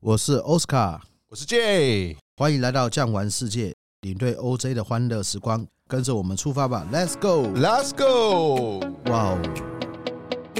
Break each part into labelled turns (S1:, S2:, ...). S1: 我是 Oscar，
S2: 我是 J，
S1: 欢迎来到酱玩世界，领队 OJ 的欢乐时光，跟着我们出发吧，Let's go！
S2: Let's go！
S1: 哇哦！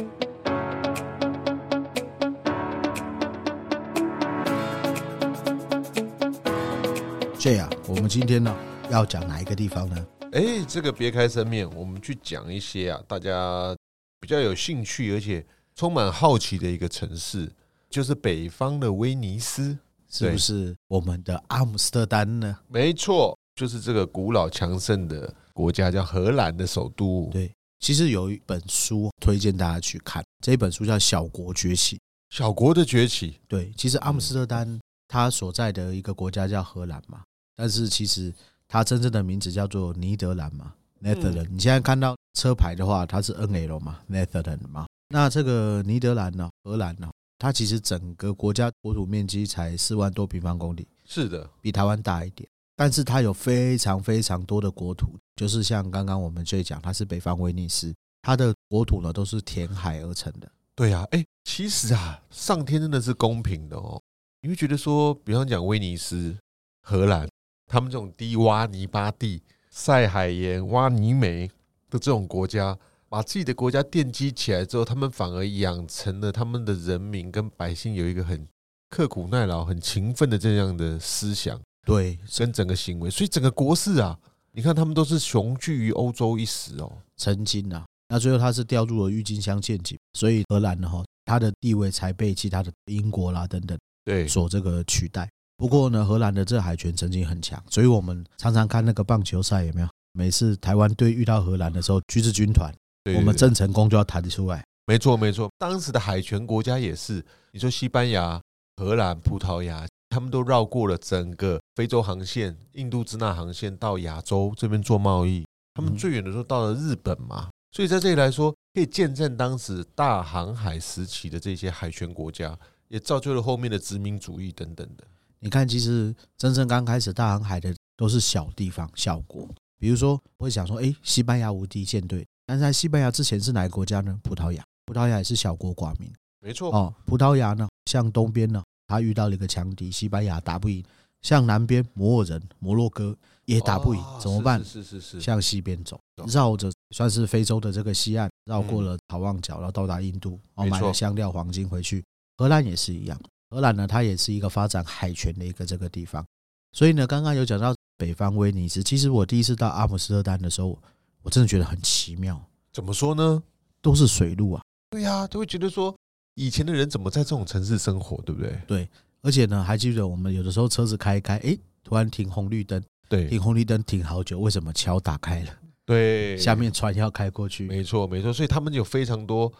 S1: J 啊，我们今天呢要讲哪一个地方呢？
S2: 哎，这个别开生面，我们去讲一些啊，大家比较有兴趣而且充满好奇的一个城市，就是北方的威尼斯。
S1: 是不是我们的阿姆斯特丹呢？
S2: 没错，就是这个古老强盛的国家叫荷兰的首都。
S1: 对，其实有一本书推荐大家去看，这本书叫《小国崛起》。
S2: 小国的崛起，
S1: 对，其实阿姆斯特丹它所在的一个国家叫荷兰嘛，但是其实它真正的名字叫做尼德兰嘛 n e t h e r l a n d 你现在看到车牌的话，它是 NL 嘛 n e t h e r l a n d 嘛。那这个尼德兰呢、荷兰呢、它其实整个国家国土面积才四万多平方公里，
S2: 是的，
S1: 比台湾大一点，但是它有非常非常多的国土，就是像刚刚我们最讲，它是北方威尼斯，它的国土呢都是填海而成的。
S2: 对呀、啊。哎，其实啊，上天真的是公平的哦。你会觉得说，比方讲威尼斯、荷兰，他们这种低洼泥巴地、晒海盐、挖泥煤的这种国家，把自己的国家奠基起来之后，他们反而养成了他们的人民跟百姓有一个很刻苦耐劳、很勤奋的这样的思想。
S1: 对，
S2: 跟整个行为，所以整个国势啊，你看他们都是雄踞于欧洲一时哦。
S1: 曾经啊，那最后它是掉入了郁金香陷阱，所以荷兰呢哈，它的地位才被其他的英国啦等等
S2: 对
S1: 所这个取代。不过呢，荷兰的这海权曾经很强，所以我们常常看那个棒球赛有没有？每次台湾队遇到荷兰的时候，橘子军团，我们
S2: 真
S1: 郑成功就要弹出来。
S2: 没错没错，当时的海权国家也是，你说西班牙、荷兰、葡萄牙，他们都绕过了整个非洲航线、印度支那航线到亚洲这边做贸易，他们
S1: 嗯
S2: 最远的时候到了日本嘛，所以在这里来说，可以见证当时大航海时期的这些海权国家，也造就了后面的殖民主义等等的。
S1: 你看，其实真正刚开始大航海的都是小地方、小国，比如说会想说，哎，西班牙无敌舰队，但是在西班牙之前是哪个国家呢？葡萄牙，葡萄牙也是小国寡民
S2: 没错，
S1: 哦。葡萄牙呢，向东边呢，它遇到了一个强敌西班牙，打不赢；向南边摩尔人、摩洛哥也打不赢，
S2: 哦
S1: 怎么办？
S2: 是是是是，
S1: 向西边走
S2: 走，
S1: 绕着算是非洲的这个西岸，绕过了好望角，然后到达印度，哦，
S2: 没
S1: 买
S2: 错
S1: 了香料、黄金回去。荷兰也是一样，荷兰呢，它也是一个发展海权的一个这个地方。所以呢，刚刚有讲到北方威尼斯，其实我第一次到阿姆斯特丹的时候，我真的觉得很奇妙，
S2: 怎么说呢？
S1: 都是水路啊，
S2: 对呀、都会觉得说，以前的人怎么在这种城市生活，对不对？
S1: 而且呢，还记得我们有的时候车子开一开，诶，突然停红绿灯，
S2: 对
S1: 停红绿灯停好久，为什么桥打开了，
S2: 对，
S1: 下面船要开过去？
S2: 没错没错，所以他们有非常多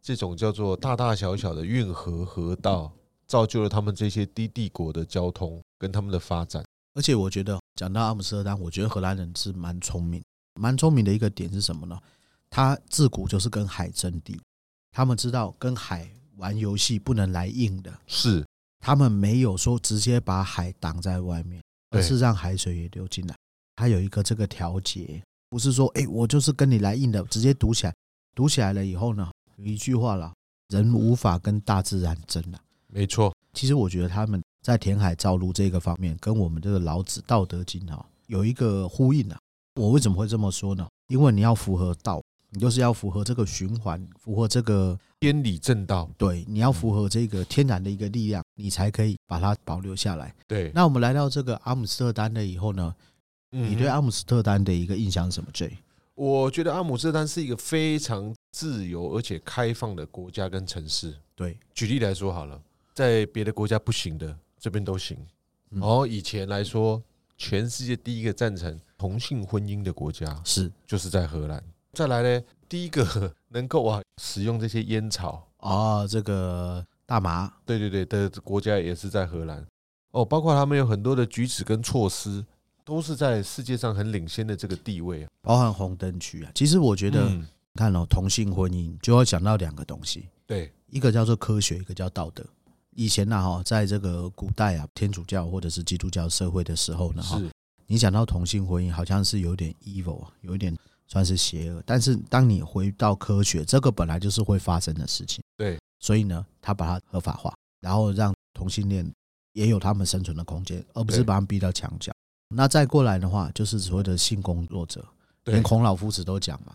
S2: 这种叫做大大小小的运河河道，造就了他们这些低帝国的交通跟他们的发展。
S1: 而且我觉得讲到阿姆斯特丹，我觉得荷兰人是蛮聪明，蛮聪明的一个点是什么呢？他自古就是跟海争地，他们知道跟海玩游戏不能来硬的，
S2: 是，
S1: 他们没有说直接把海挡在外面，而
S2: 对
S1: 是让海水也流进来。他有一个这个调节，不是说哎、诶我就是跟你来硬的，直接堵起来，堵起来了以后呢，有一句话了，人无法跟大自然争了。
S2: 没错，
S1: 其实我觉得他们在填海造陆这个方面，跟我们这个老子《道德经》啊有一个呼应啊。我为什么会这么说呢？因为你要符合道，你就是要符合这个循环，符合这个
S2: 天理正道。
S1: 对，你要符合这个天然的一个力量，你才可以把它保留下来。
S2: 对，
S1: 那我们来到这个阿姆斯特丹了以后呢，
S2: 嗯
S1: 你对阿姆斯特丹的一个印象是什么？J，
S2: 我觉得阿姆斯特丹是一个非常自由而且开放的国家跟城市。
S1: 对，
S2: 举例来说好了，在别的国家不行的，这边都行。
S1: 嗯
S2: 然后以前来说，全世界第一个赞成同性婚姻的国家
S1: 是
S2: 就是在荷兰。再来呢，第一个能够啊使用这些烟草，
S1: 啊、这个大麻
S2: 对对对的国家也是在荷兰。哦，包括他们有很多的举止跟措施，都是在世界上很领先的这个地位啊。
S1: 包含红灯区啊，其实我觉得、
S2: 嗯
S1: 看哦，同性婚姻就要讲到两个东西，
S2: 对，
S1: 一个叫做科学，一个叫道德。以前呢，哈，在这个古代啊，天主教或者是基督教社会的时候呢，哦哈，
S2: 是
S1: 你讲到同性婚姻，好像是有点 evil，啊，有一点算是邪恶。但是当你回到科学，这个本来就是会发生的事情，
S2: 对，
S1: 所以呢，他把它合法化，然后让同性恋也有他们生存的空间，而不是
S2: 对
S1: 把他们逼到墙角。那再过来的话，就是所谓的性工作者，
S2: 对
S1: 连孔老夫子都讲嘛，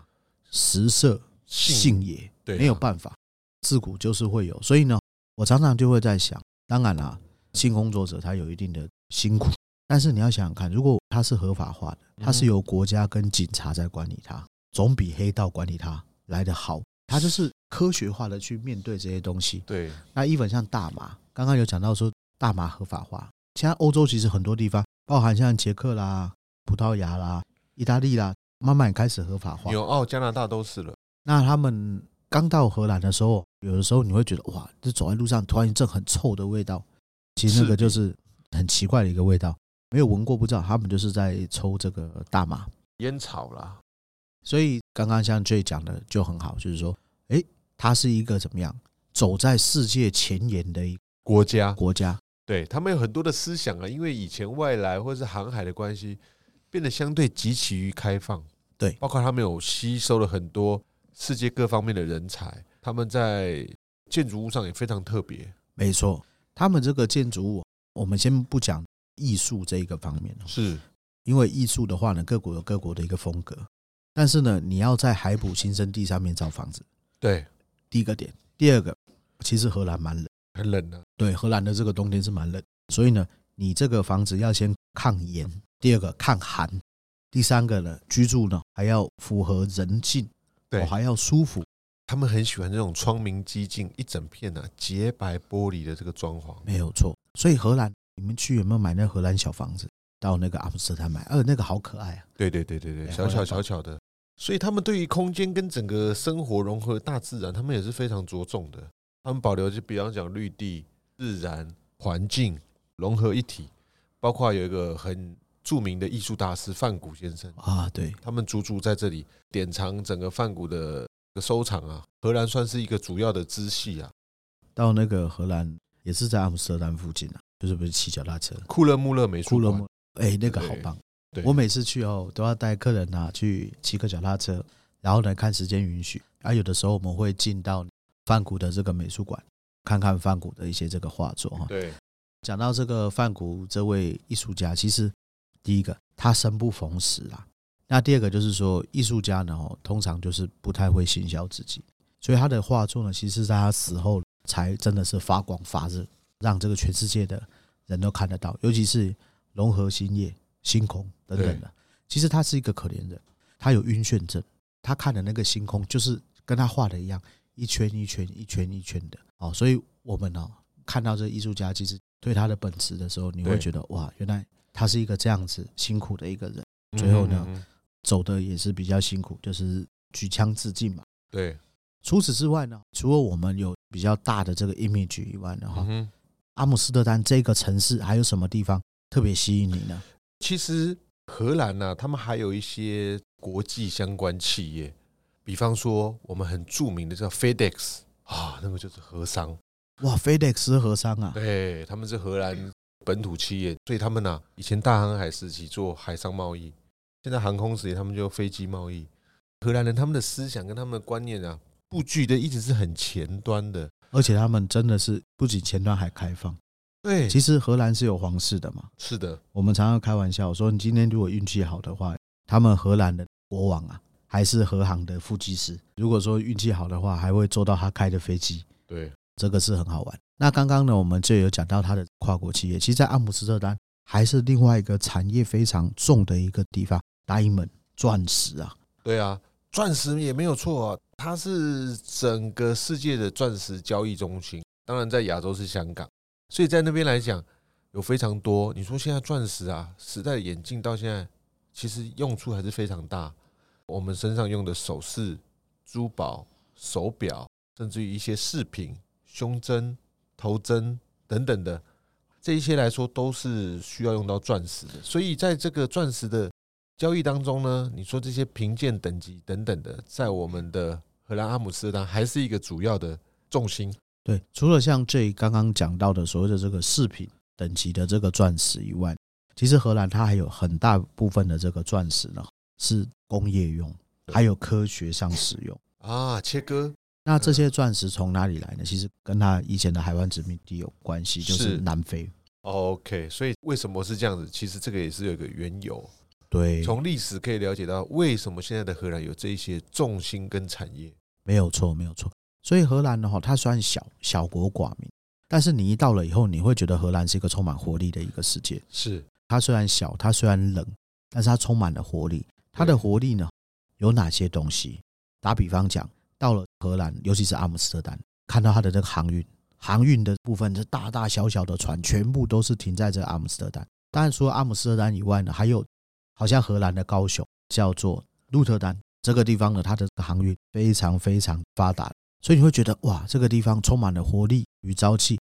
S1: 食色性也，
S2: 对啊
S1: 没有办法，自古就是会有。所以呢，我常常就会在想，当然啦，性工作者他有一定的辛苦，但是你要想想看，如果他是合法化的，他是
S2: 嗯
S1: 由国家跟警察在管理他，总比黑道管理他来得好。他就是科学化的去面对这些东西。
S2: 对
S1: 那一本像大麻，刚刚有讲到说大麻合法化，现在欧洲其实很多地方，包含像捷克啦、葡萄牙啦、意大利啦，慢慢也开始合法化。
S2: 纽哦澳、加拿大都是了，
S1: 那他们刚到荷兰的时候，有的时候你会觉得哇，这走在路上突然一阵很臭的味道，其实那个就是很奇怪的一个味道，没有闻过不知道，他们就是在抽这个大麻。
S2: 烟草啦，
S1: 所以刚刚像 J 讲的就很好，就是说，诶，它是一个怎么样走在世界前沿的一个
S2: 国家
S1: 国家，
S2: 对他们有很多的思想啊，因为以前外来或是航海的关系，变得相对极其于开放。
S1: 对
S2: 包括他们有吸收了很多世界各方面的人才，他们在建筑物上也非常特别。
S1: 没错，他们这个建筑物，我们先不讲艺术这一个方面哦，
S2: 是
S1: 因为艺术的话呢，各国有各国的一个风格，但是呢，你要在海埔新生地上面造房子，
S2: 对，
S1: 第一个点，第二个，其实荷兰蛮冷，
S2: 很冷的、啊，
S1: 对，荷兰的这个冬天是蛮冷，所以呢，你这个房子要先抗炎，第二个抗寒，第三个呢，居住呢还要符合人性，
S2: 对
S1: 哦还要舒服，
S2: 他们很喜欢这种窗明几净、一整片啊洁白玻璃的这个装潢。
S1: 没有错。所以荷兰，你们去有没有买那荷兰小房子？到那个阿姆斯特丹买，呃，那个好可爱啊。
S2: 对对对对对，
S1: 哎
S2: 小巧小巧的。所以他们对于空间跟整个生活融合大自然，他们也是非常着重的。他们保留就比方讲绿地、自然环境融合一体，包括有一个很著名的艺术大师范谷先生，
S1: 啊，对，
S2: 他们足足在这里典藏整个范谷的收藏啊。荷兰算是一个主要的支系啊。
S1: 到那个荷兰也是在阿姆斯特丹附近啊，就是不是骑脚踏车，
S2: 库勒穆勒美术
S1: 库勒
S2: 馆
S1: 莫，，哎，那个好棒。
S2: 对，
S1: 我每次去哦，都要带客人啊去骑个脚踏车，然后呢看时间允许，啊，有的时候我们会进到梵谷的这个美术馆，看看梵谷的一些这个画作哈。
S2: 对
S1: 讲到这个梵谷这位艺术家，其实第一个他生不逢时啦，那第二个就是说艺术家呢哦，通常就是不太会行销自己，所以他的画作呢，其实在他死后才真的是发光发热，让这个全世界的人都看得到，尤其是融合星夜、星空等等的。其实他是一个可怜人，他有晕眩症，他看的那个星空就是跟他画的一样，一圈一圈、一圈一圈的哦。所以我们哦看到这艺术家，其实对他的本质的时候，你会
S2: 对
S1: 觉得哇，原来他是一个这样子辛苦的一个人，最后呢，
S2: 嗯嗯嗯
S1: 走的也是比较辛苦，就是举枪自尽嘛。
S2: 对，
S1: 除此之外呢，除了我们有比较大的这个 image 以外呢，哈、
S2: 嗯哼
S1: 阿姆斯特丹这个城市还有什么地方特别吸引你呢？
S2: 其实荷兰呢、他们还有一些国际相关企业，比方说我们很著名的叫 FedEx 啊，那个就是荷商，
S1: 哇，FedEx 和尚啊，
S2: 对，他们是荷兰本土企业，所以他们呢、以前大航海时期做海上贸易，现在航空时期他们就飞机贸易。荷兰人他们的思想跟他们的观念啊，布局的一直是很前端的，
S1: 而且他们真的是不仅前端还开放。
S2: 对，
S1: 其实荷兰是有皇室的嘛，
S2: 是的，
S1: 我们常常开玩笑说，你今天如果运气好的话，他们荷兰的国王啊，还是荷航的副机师。如果说运气好的话，还会坐到他开的飞机。
S2: 对，
S1: 这个是很好玩。那刚刚呢，我们就有讲到它的跨国企业，其实，在阿姆斯特丹还是另外一个产业非常重的一个地方，diamond 钻石啊，
S2: 对啊，钻石也没有错啊，它是整个世界的钻石交易中心。当然，在亚洲是香港，所以在那边来讲，有非常多。你说现在钻石啊，时代的演进到现在，其实用处还是非常大。我们身上用的首饰、珠宝、手表，甚至于一些饰品、胸针、头针等等的，这一些来说都是需要用到钻石的。所以，在这个钻石的交易当中呢，你说这些评鉴等级等等的，在我们的荷兰阿姆斯特丹还是一个主要的重心。
S1: 对，除了像这刚刚讲到的所谓的这个饰品等级的这个钻石以外，其实荷兰它还有很大部分的这个钻石呢是工业用，还有科学上使用。
S2: 啊，切割
S1: 那这些钻石从哪里来呢？其实跟它以前的海湾殖民地有关系，就是
S2: 是
S1: 南非。
S2: OK，所以为什么是这样子？其实这个也是有一个缘由。
S1: 对，
S2: 从历史可以了解到，为什么现在的荷兰有这一些重心跟产业。
S1: 没有错，没有错。所以荷兰的话，它虽然小小国寡民，但是你一到了以后，你会觉得荷兰是一个充满活力的一个世界。
S2: 是，
S1: 它虽然小，它虽然冷，但是它充满了活力。它的活力呢，有哪些东西？打比方讲，到了荷兰，尤其是阿姆斯特丹，看到它的这个航运，航运的部分，这大大小小的船全部都是停在这阿姆斯特丹。当然，除了阿姆斯特丹以外呢，还有好像荷兰的高雄叫做鹿特丹这个地方呢，它的航运非常非常发达，所以你会觉得哇，这个地方充满了活力与朝气。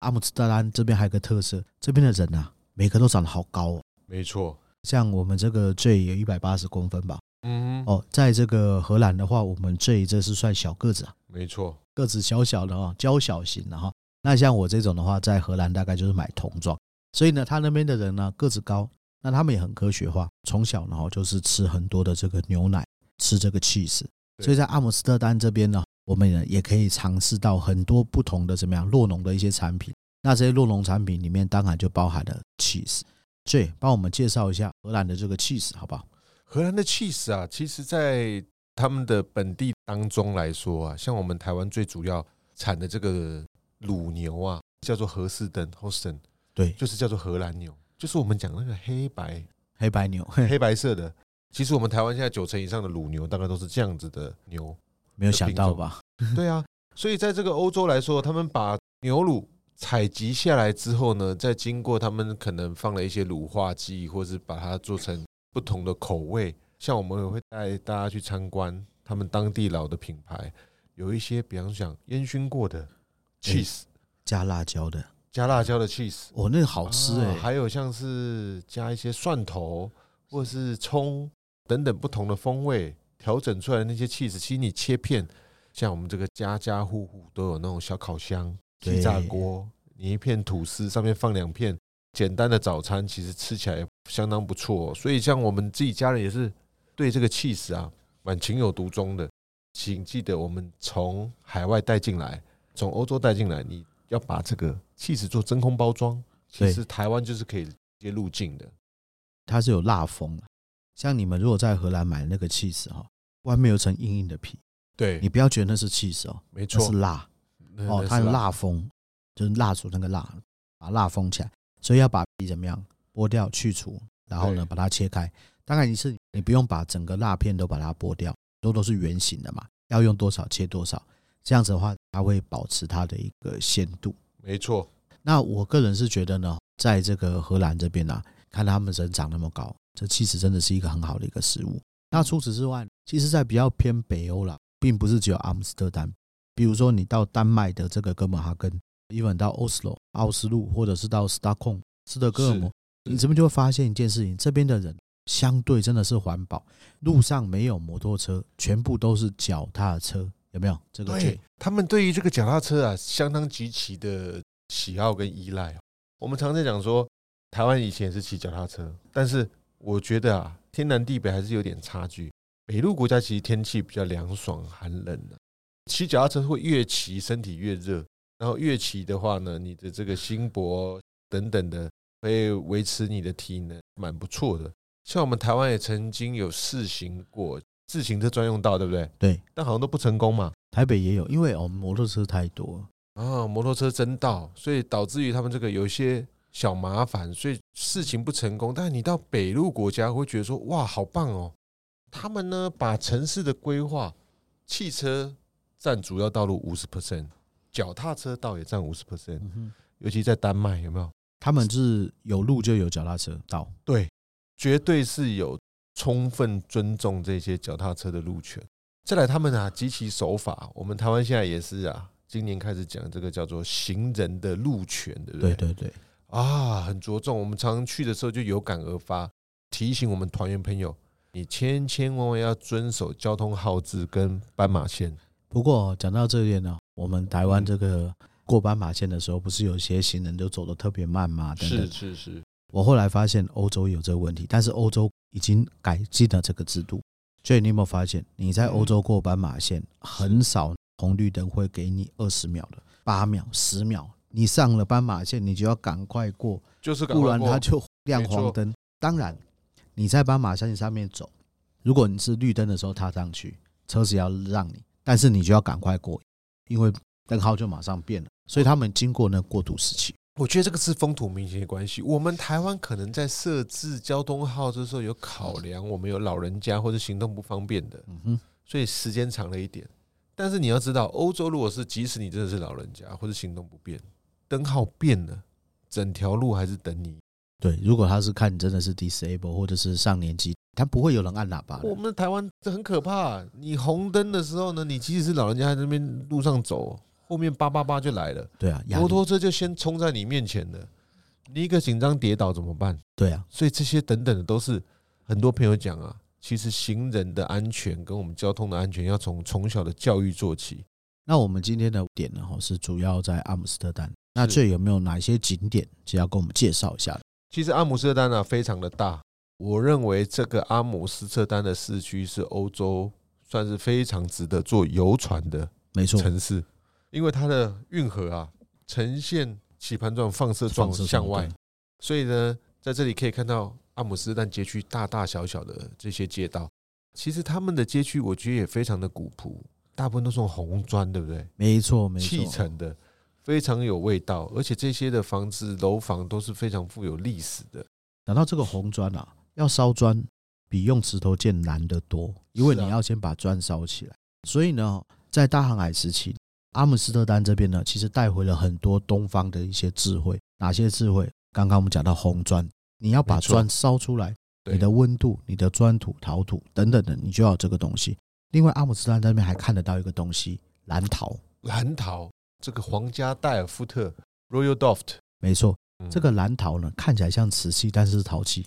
S1: 阿姆斯特丹这边还有个特色，这边的人啊，每个都长得好高哦，
S2: 没错。
S1: 像我们这个 J 有一百八十公分吧。
S2: 嗯，
S1: 哦，在这个荷兰的话，我们 J 这是算小个子啊，
S2: 没错。
S1: 个子小小的哈、哦，娇小型的哈、那像我这种的话，在荷兰大概就是买童装，所以呢，他那边的人呢个子高，那他们也很科学化，从小呢哦就是吃很多的这个牛奶，吃这个 cheese，
S2: 对
S1: 所以在阿姆斯特丹这边呢，我们呢也可以尝试到很多不同的怎么样洛农的一些产品。那这些洛农产品里面，当然就包含了 cheese。J，帮我们介绍一下荷兰的这个 cheese 好不好？
S2: 荷兰的 cheese 啊，其实在他们的本地当中来说啊，像我们台湾最主要产的这个乳牛啊，叫做荷士登 （Holstein），
S1: 对，
S2: 就是叫做荷兰牛，就是我们讲那个黑白
S1: 黑白牛，
S2: 黑白色的。其实我们台湾现在九成以上的乳牛大概都是这样子的牛，
S1: 没有想到吧？
S2: 对啊，所以在这个欧洲来说，他们把牛乳采集下来之后呢，再经过他们可能放了一些乳化剂，或是把它做成不同的口味。像我们也会带大家去参观他们当地老的品牌，有一些比方讲烟熏过的 cheese、
S1: 加辣椒的，
S2: 加辣椒的 cheese，
S1: 哦，那个好吃哎、
S2: 啊还有像是加一些蒜头或是葱等等不同的风味调整出来的那些 cheese，其实你切片，像我们这个家家户户都有那种小烤箱、
S1: 对
S2: 气炸锅，你一片吐司上面放两片简单的早餐，其实吃起来相当不错哦、所以像我们自己家人也是对这个 cheese 啊蛮情有独钟的。请记得，我们从海外带进来，从欧洲带进来，你要把这个 cheese 做真空包装，其
S1: 对
S2: 实台湾就是可以直接入境的。
S1: 它是有辣风的。像你们如果在荷兰买那个 cheese 哈，外面有层硬硬的皮，
S2: 对
S1: 你不要觉得那是 cheese 哦，
S2: 没
S1: 那
S2: 错
S1: 是，辣
S2: 那
S1: 哦，
S2: 那
S1: 它
S2: 是
S1: 有辣风，就是蜡烛那个蜡，把蜡封起来，所以要把皮怎么样剥掉去除，然后呢
S2: 对
S1: 把它切开。当然你是你不用把整个辣片都把它剥掉，都都是圆形的嘛，要用多少切多少，这样子的话它会保持它的一个鲜度。
S2: 没错，
S1: 那我个人是觉得呢，在这个荷兰这边呢、啊看他们人长那么高，这其实真的是一个很好的一个食物。那除此之外，其实，在比较偏北欧啦，并不是只有阿姆斯特丹，比如说你到丹麦的这个哥本哈根，even 到 Oslo 奥斯陆，或者是到 Stockholm 斯德哥尔摩，
S2: 是
S1: 你这边就会发现一件事情，这边的人相对真的是环保，路上没有摩托车，全部都是脚踏车，有没有？这个
S2: 对他们对于这个脚踏车啊，相当极其的喜好跟依赖哦。我们常在讲说，台湾以前也是骑脚踏车，但是我觉得啊，天南地北还是有点差距。北陆国家其实天气比较凉爽寒冷的、骑脚踏车会越骑身体越热，然后越骑的话呢，你的这个心搏等等的会维持你的体能，蛮不错的。像我们台湾也曾经有试行过自行车专用道，对不对？
S1: 对，
S2: 但好像都不成功嘛。
S1: 台北也有，因为哦摩托车太多了，
S2: 啊，摩托车争道，所以导致于他们这个有一些小麻烦，所以事情不成功。但你到北陆国家会觉得说，哇，好棒哦！他们呢，把城市的规划，汽车占主要道路五十 percent，脚踏车道也占五十 percent，
S1: 嗯哼。
S2: 尤其在丹麦有没有？
S1: 他们是有路就有脚踏车道，
S2: 对，绝对是有充分尊重这些脚踏车的路权。再来，他们啊极其守法，我们台湾现在也是啊，今年开始讲这个叫做行人的路权，对不
S1: 对对对，
S2: 啊，很着重。我们常常去的时候就有感而发，提醒我们团员朋友，你千千万万要遵守交通号志跟斑马线。
S1: 不过讲到这一点呢，我们台湾这个过斑马线的时候，不是有些行人就走得特别慢嘛？等等。
S2: 是是，
S1: 我后来发现欧洲有这个问题，但是欧洲已经改进了这个制度。所以你有没有发现，你在欧洲过斑马线，很少红绿灯会给你二十秒的、八秒、十秒，你上了斑马线，你就要赶快过，
S2: 就是赶
S1: 不
S2: 快
S1: 然它
S2: 过。
S1: 就亮黄灯。当然，你在斑马线上面走，如果你是绿灯的时候踏上去，车子要让你，但是你就要赶快过，因为灯号就马上变了。所以他们经过那过渡时期，
S2: 我觉得这个是风土民情的关系。我们台湾可能在设置交通号的时候有考量，我们有老人家或者行动不方便的，
S1: 嗯哼，
S2: 所以时间长了一点。但是你要知道，欧洲如果是即使你真的是老人家或者行动不便，灯号变了，整条路还是等你。
S1: 对。如果他是看你真的是 disable 或者是上年纪，他不会有人按喇叭的
S2: 我。们台湾这很可怕，你红灯的时候呢，你即使是老人家在那边路上走，后面叭叭叭就来了，
S1: 对啊，压
S2: 摩
S1: 力
S2: 托车就先冲在你面前了，你一个紧张跌倒怎么办？
S1: 对啊，
S2: 所以这些等等的都是很多朋友讲啊，其实行人的安全跟我们交通的安全要从从小的教育做起。
S1: 那我们今天的点呢，哈是主要在阿姆斯特丹。那
S2: 是
S1: 这有没有哪些景点是要跟我们介绍一下的？
S2: 其实阿姆斯特丹啊非常的大，我认为这个阿姆斯特丹的市区是欧洲算是非常值得坐游船的
S1: 没错，
S2: 城市，因为它的运河啊呈现棋盘状放射状
S1: 放射状
S2: 向外
S1: 对，
S2: 所以呢，在这里可以看到阿姆斯特丹街区大大小小的这些街道。其实他们的街区，我觉得也非常的古朴，大部分都是用红砖，对不对？
S1: 没错，没错，
S2: 砌成的，非常有味道。而且这些的房子、楼房都是非常富有历史的。
S1: 讲到这个红砖啊，要烧砖比用石头剑难得多，因为
S2: 是啊
S1: 你要先把砖烧起来。所以呢，在大航海时期，阿姆斯特丹这边呢，其实带回了很多东方的一些智慧。哪些智慧？刚刚我们讲到红砖，你要把
S2: 没错
S1: 砖烧出来，
S2: 对
S1: 你的温度、你的砖土、陶土等等的，你就要有这个东西。另外，阿姆斯特丹那边还看得到一个东西——蓝陶。
S2: 蓝陶，这个皇家戴尔夫特 （Royal Doft），、
S1: 没错，
S2: 嗯
S1: 这个蓝陶呢，看起来像瓷器，但是是陶器。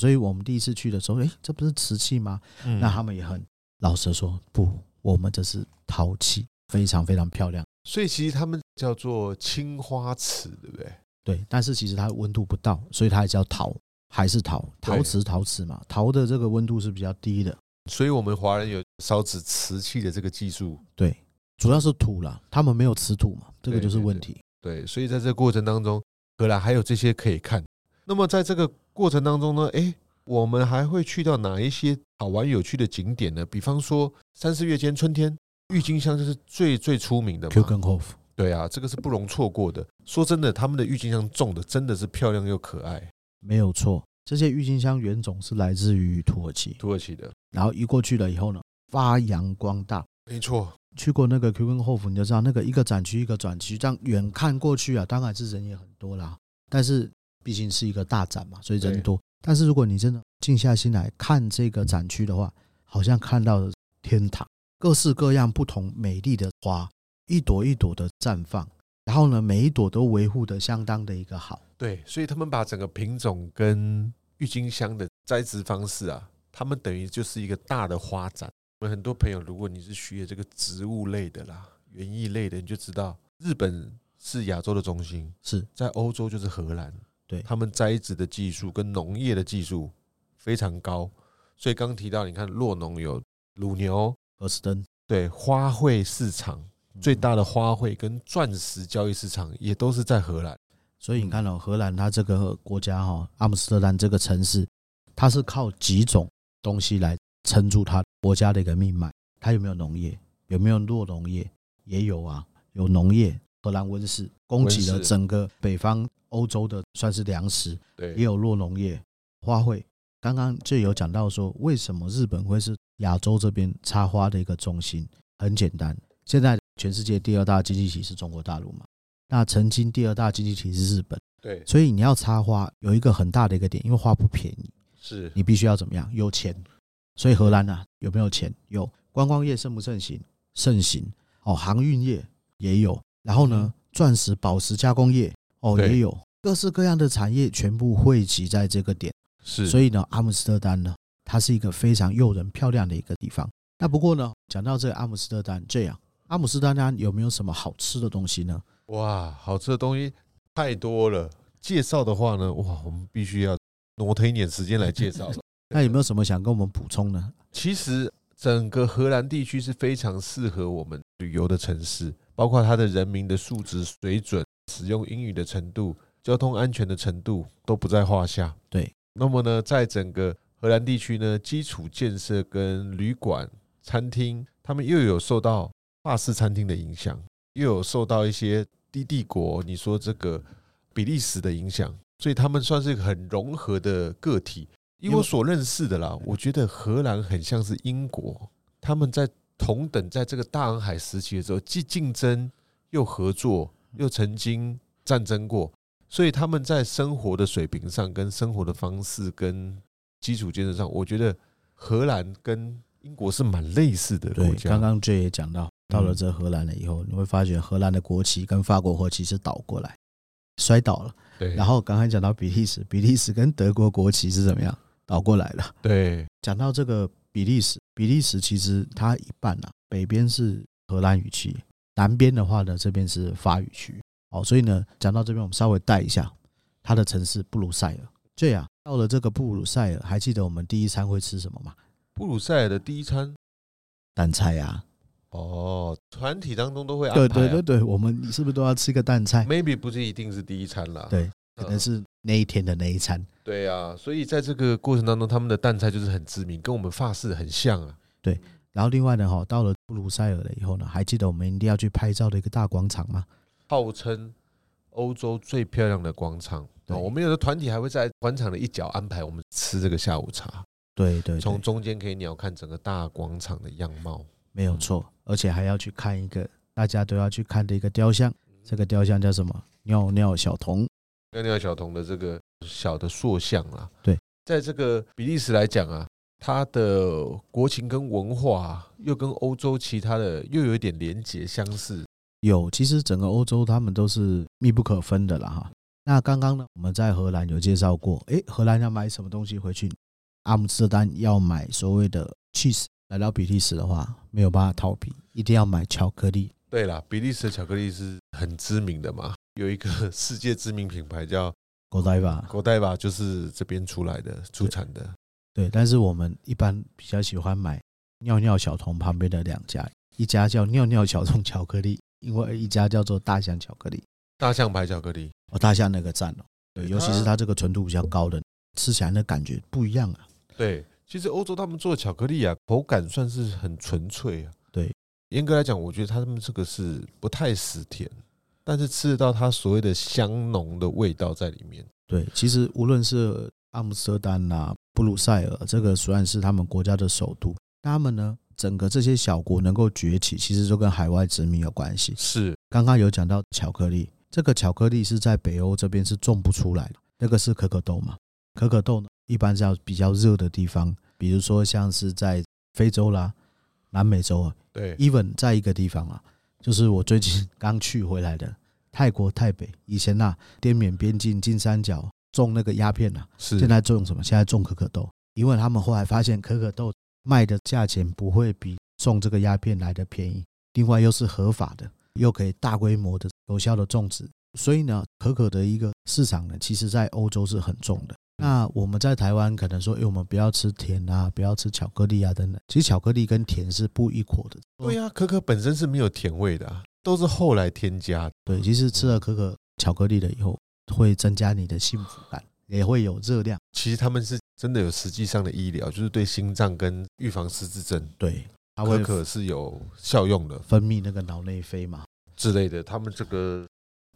S1: 所以我们第一次去的时候，诶，这不是瓷器吗？
S2: 嗯
S1: 那他们也很老实的说，不，我们这是陶器，非常非常漂亮。
S2: 所以其实他们叫做青花瓷，对不对？
S1: 对，但是其实它温度不到，所以它也叫陶，还是陶，
S2: 对
S1: 陶瓷陶瓷嘛，陶的这个温度是比较低的，
S2: 所以我们华人有烧纸瓷器的这个技术，
S1: 对，主要是土啦，他们没有瓷土嘛，这个
S2: 对
S1: 就是
S2: 对
S1: 问
S2: 对
S1: 题。
S2: 对，所以在这个过程当中，荷兰还有这些可以看。那么在这个过程当中呢，诶，我们还会去到哪一些好玩有趣的景点呢？比方说三四月间春天，郁金香就是最最出名的
S1: Q
S2: 嘛。
S1: 跟 Hof，
S2: 对啊，这个是不容错过的。说真的，他们的郁金香种的真的是漂亮又可爱，
S1: 没有错，这些郁金香原种是来自于土耳其，
S2: 土耳其的，
S1: 然后移过去了以后呢，发扬光大，
S2: 没错，
S1: 去过那个 Q 跟 Hof，你就知道那个一个展区一个展区，这样远看过去啊，当然是人也很多啦。但是毕竟是一个大展嘛，所以人
S2: 对
S1: 多。但是如果你真的静下心来看这个展区的话，好像看到了天堂，各式各样不同美丽的花，一朵一朵的绽放。然后呢，每一朵都维护的相当的一个好，
S2: 对，所以他们把整个品种跟郁金香的栽植方式啊，他们等于就是一个大的花展。我们很多朋友，如果你是学这个植物类的啦、园艺类的，你就知道日本是亚洲的中心，
S1: 是
S2: 在欧洲就是荷兰，
S1: 对
S2: 他们栽植的技术跟农业的技术非常高。所以刚提到，你看洛农有乳牛，
S1: 荷斯登
S2: 对花卉市场最大的花卉跟钻石交易市场也都是在荷兰。
S1: 所以你看哦，荷兰它这个国家哈、哦阿姆斯特丹这个城市，它是靠几种东西来撑住它国家的一个命脉。它有没有农业？有没有弱农业？也有啊，有农业。荷兰温室供给了
S2: 温室
S1: 整个北方欧洲的算是粮食，
S2: 对
S1: 也有弱农业、花卉。刚刚就有讲到说，为什么日本会是亚洲这边插花的一个中心？很简单，现在全世界第二大经济体是中国大陆嘛？那曾经第二大经济体是日本。
S2: 对，
S1: 所以你要插花有一个很大的一个点，因为花不便宜，
S2: 是
S1: 你必须要怎么样？有钱。所以荷兰啊，有没有钱？有。观光业盛不盛行？盛行。哦，航运业也有。然后呢，钻石、宝石加工业哦
S2: 嗯对
S1: 也有，各式各样的产业全部汇集在这个点。
S2: 是，
S1: 所以呢，阿姆斯特丹呢，它是一个非常诱人、漂亮的一个地方。那不过呢，讲到这个阿姆斯特丹，这样阿姆斯特丹有没有什么好吃的东西呢？
S2: 哇，好吃的东西太多了。介绍的话呢，哇，我们必须要挪腾一点时间来介绍了。
S1: 那有没有什么想跟我们补充呢？
S2: 其实整个荷兰地区是非常适合我们旅游的城市，包括它的人民的素质水准、使用英语的程度、交通安全的程度都不在话下。
S1: 对，
S2: 那么呢，在整个荷兰地区呢，基础建设跟旅馆、餐厅，他们又有受到法式餐厅的影响，又有受到一些低帝国，你说这个比利时的影响，所以他们算是很融合的个体。以
S1: 因为
S2: 我所认识的啦，我觉得荷兰很像是英国，他们在同等在这个大航海时期的时候，既竞争又合作，又曾经战争过，所以他们在生活的水平上、跟生活的方式、跟基础建设上，我觉得荷兰跟英国是蛮类似的
S1: 对
S2: 国，家。
S1: 刚刚 J 也讲到，到了
S2: 嗯
S1: 这荷兰了以后，你会发觉荷兰的国旗跟法国国旗是倒过来，摔倒了。
S2: 对，
S1: 然后刚才讲到比利时，比 利时跟德国国旗是怎么样倒过来了。
S2: 对
S1: 讲到这个比利时，比利时其实它一半啊，北边是荷兰语区，南边的话呢，这边是法语区。哦，所以呢，讲到这边，我们稍微带一下它的城市布鲁塞尔。这样、到了这个布鲁塞尔，还记得我们第一餐会吃什么吗？
S2: 布鲁塞尔的第一餐
S1: 蛋菜啊，
S2: 哦，团体当中都会安排、啊
S1: 对对对。对，我们你是不是都要吃个蛋菜？
S2: Maybe 不是一定是第一餐啦，
S1: 对，
S2: 嗯
S1: 可能是那一天的那一餐。
S2: 对啊，所以在这个过程当中，他们的蛋菜就是很知名，跟我们法式很像啊。
S1: 然后另外呢，哈，到了布鲁塞尔了以后呢，还记得我们一定要去拍照的一个大广场吗？
S2: 号称欧洲最漂亮的广场。
S1: 对
S2: 哦，我们有的团体还会在广场的一角安排我们吃这个下午茶，
S1: 对对对
S2: 从，中间可以鸟看整个大广场的样貌。
S1: 没有错，
S2: 嗯
S1: 而且还要去看一个大家都要去看的一个雕像，这个雕像叫什么？尿尿小童。
S2: 尿尿小童的这个小的塑像啦，
S1: 对，
S2: 在这个比利时来讲啊，它的国情跟文化、啊、又跟欧洲其他的又有一点连结相似。
S1: 有，其实整个欧洲他们都是密不可分的啦哈。那刚刚呢，我们在荷兰有介绍过，诶，荷兰要买什么东西回去？阿姆斯特丹要买所谓的 cheese，来到比利时的话没有办法逃避，一定要买巧克力。
S2: 对啦，比利时的巧克力是很知名的嘛，有一个世界知名品牌叫
S1: Godiva，
S2: 狗代吧，就是这边出来的、出产的。
S1: 对，但是我们一般比较喜欢买尿尿小童旁边的两家，一家叫尿尿小童巧克力，因为一家叫做大象巧克力。
S2: 大象牌巧克力，
S1: 哦，大象那个赞哦，对，尤其是它这个纯度比较高的，吃起来的感觉不一样啊。
S2: 对，其实欧洲他们做的巧克力啊，口感算是很纯粹啊。
S1: 对，
S2: 严格来讲，我觉得他们这个是不太死甜，但是吃得到它所谓的香浓的味道在里面。
S1: 对，其实无论是阿姆斯特丹啦、布鲁塞尔，这个虽然是他们国家的首都，他们呢整个这些小国能够崛起，其实都跟海外殖民有关系。
S2: 是，
S1: 刚刚有讲到巧克力，这个巧克力是在北欧这边是种不出来的，那个是可可豆嘛？可可豆呢，一般是要比较热的地方，比如说像是在非洲啦、南美洲啊
S2: 对，
S1: ，even 在一个地方啊，就是我最近刚去回来的泰国泰北，以前呐、滇缅边境金三角种那个鸦片啊，
S2: 是
S1: 现在种什么？现在种可可豆，因为他们后来发现可可豆卖的价钱不会比种这个鸦片来的便宜，另外又是合法的，又可以大规模的有效的种植，所以呢，可可的一个市场呢，其实在欧洲是很重
S2: 嗯
S1: 的。那我们在台湾可能说，哎、我们不要吃甜啊，不要吃巧克力啊等等。其实巧克力跟甜是不一伙的。
S2: 对啊呀、可可本身是没有甜味的啊、都是后来添加的。
S1: 对，其实吃了可可巧克力了以后，会增加你的幸福感，也会有热量。
S2: 其实他们是真的有实际上的医疗，就是对心脏跟预防失智症，
S1: 对，它
S2: 可
S1: 会
S2: 可是有效用的
S1: 分泌那个脑内啡嘛。
S2: 之类的。他们这个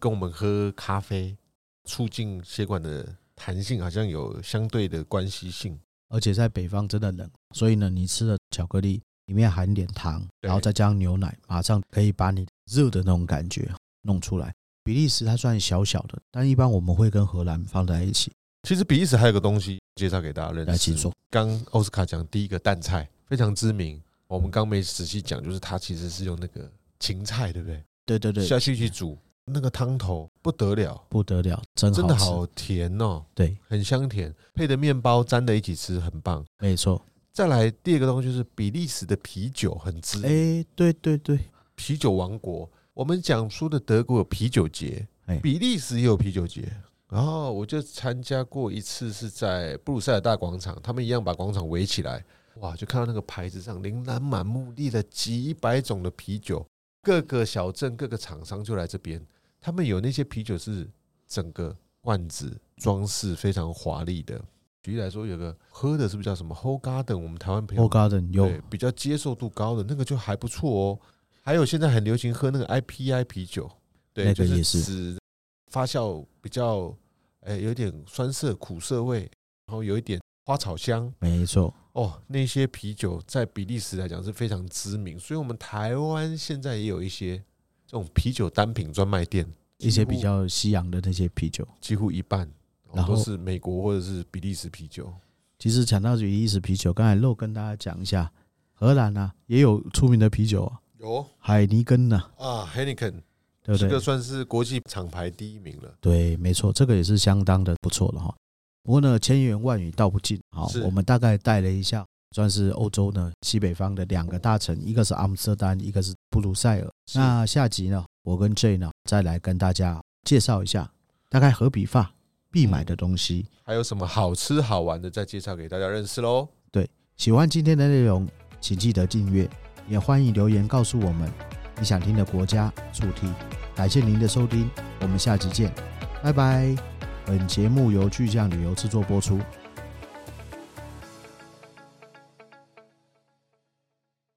S2: 跟我们喝咖啡促进血管的弹性好像有相对的关系性。
S1: 而且在北方真的冷，所以呢，你吃了巧克力里面含一点糖，
S2: 对
S1: 然后再加上牛奶，马上可以把你热的那种感觉弄出来。比利时它虽然小小的，但一般我们会跟荷兰放在一起
S2: 其实比利时还有个东西介绍给大家认
S1: 来
S2: 识
S1: 去，做。
S2: 刚奥斯卡讲第一个蛋菜非常知名，我们刚没仔细讲，就是它其实是用那个芹菜，对不对？
S1: 对对对，
S2: 下去去煮那个汤头不得了，
S1: 不得了，真
S2: 真的
S1: 吃
S2: 好甜哦，
S1: 对，
S2: 很香甜，配的面包沾在一起吃很棒。
S1: 没错。
S2: 再来第二个东西就是比利时的啤酒很知名，
S1: 哎，对对对，
S2: 啤酒王国。我们讲说的德国有啤酒节
S1: 哎，
S2: 比利时也有啤酒节。然后我就参加过一次，是在布鲁塞尔大广场，他们一样把广场围起来，哇，就看到那个牌子上琳琅满目列了几百种的啤酒，各个小镇、各个厂商就来这边，他们有那些啤酒是整个罐子装饰非常华丽的。举例来说，有个喝的是不是叫什么 Whole Garden？我们台湾朋友
S1: Whole Garden 有
S2: 对比较接受度高的那个就还不错哦。还有现在很流行喝那个 IPI 啤酒，对，
S1: 那个也
S2: 就是指发酵比较，哎、有点酸涩苦涩味，然后有一点花草香
S1: 没错，
S2: 哦。那些啤酒在比利时来讲是非常知名，所以我们台湾现在也有一些这种啤酒单品专卖店，
S1: 一些比
S2: 几乎
S1: 较西洋的那些啤酒。
S2: 几乎一半、哦
S1: 然后
S2: 都是美国或者是比利时啤酒。
S1: 其实讲到比利时啤酒，刚才漏跟大家讲一下，荷兰啊也有出名的啤酒、啊，
S2: 有
S1: 海尼根呐、
S2: 啊 h e n i k e n
S1: 对不
S2: 这个
S1: 对？
S2: 算是国际厂牌第一名了。
S1: 对，没错，这个也是相当的不错了哈。不过呢，千言万语道不尽，好
S2: 是，
S1: 我们大概带了一下，算是欧洲呢西北方的两个大城，一个是阿姆斯特丹，一个是布鲁塞尔。
S2: 是
S1: 那下集呢，我跟 J 呢再来跟大家介绍一下，大概荷比法必买的东西。
S2: 还有什么好吃好玩的，再介绍给大家认识喽。
S1: 喜欢今天的内容，请记得订阅，也欢迎留言告诉我们你想听的国家主题。感谢您的收听，我们下期见，拜拜。本节目由巨匠旅游制作播出，